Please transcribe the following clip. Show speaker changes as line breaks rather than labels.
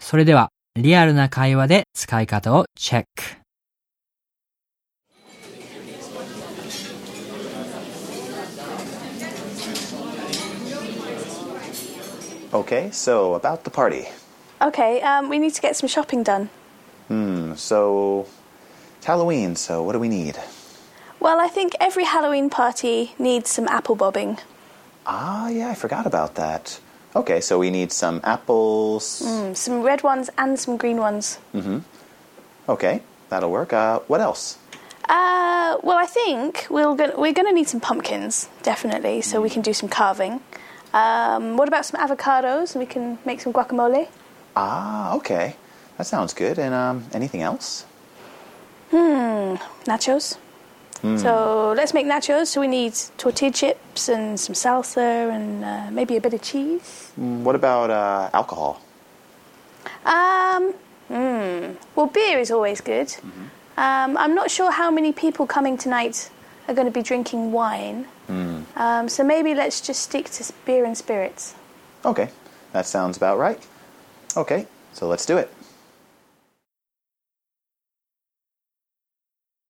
それでは、リアルな会話で使い方をチェック。
Okay, so about the party.
Okay, um, we need to get some shopping done.
So, it's Halloween, so what do we need?
Well, I think every Halloween party needs some apple bobbing.
Ah, yeah, I forgot about that. Okay, so we need some apples.
Mm, Some red ones and some green ones.
Okay, that'll work. Uh, what else?
Uh, well, I think we'll go- we're going to need some pumpkins, definitely, so we can do some carving. Um, what about some avocados? We can make some guacamole.
Ah, okay. That sounds good. And um, anything else?
Nachos. So let's make nachos. So we need tortilla chips and some salsa and uh, maybe a bit of cheese.
Mm, What about uh, alcohol?
Um, mm, well, beer is always good. Um, I'm not sure how many people coming tonight are going to be drinking wine. Um, so maybe let's just stick to s- beer and spirits.
Okay, that sounds about right. Okay, so let's do it.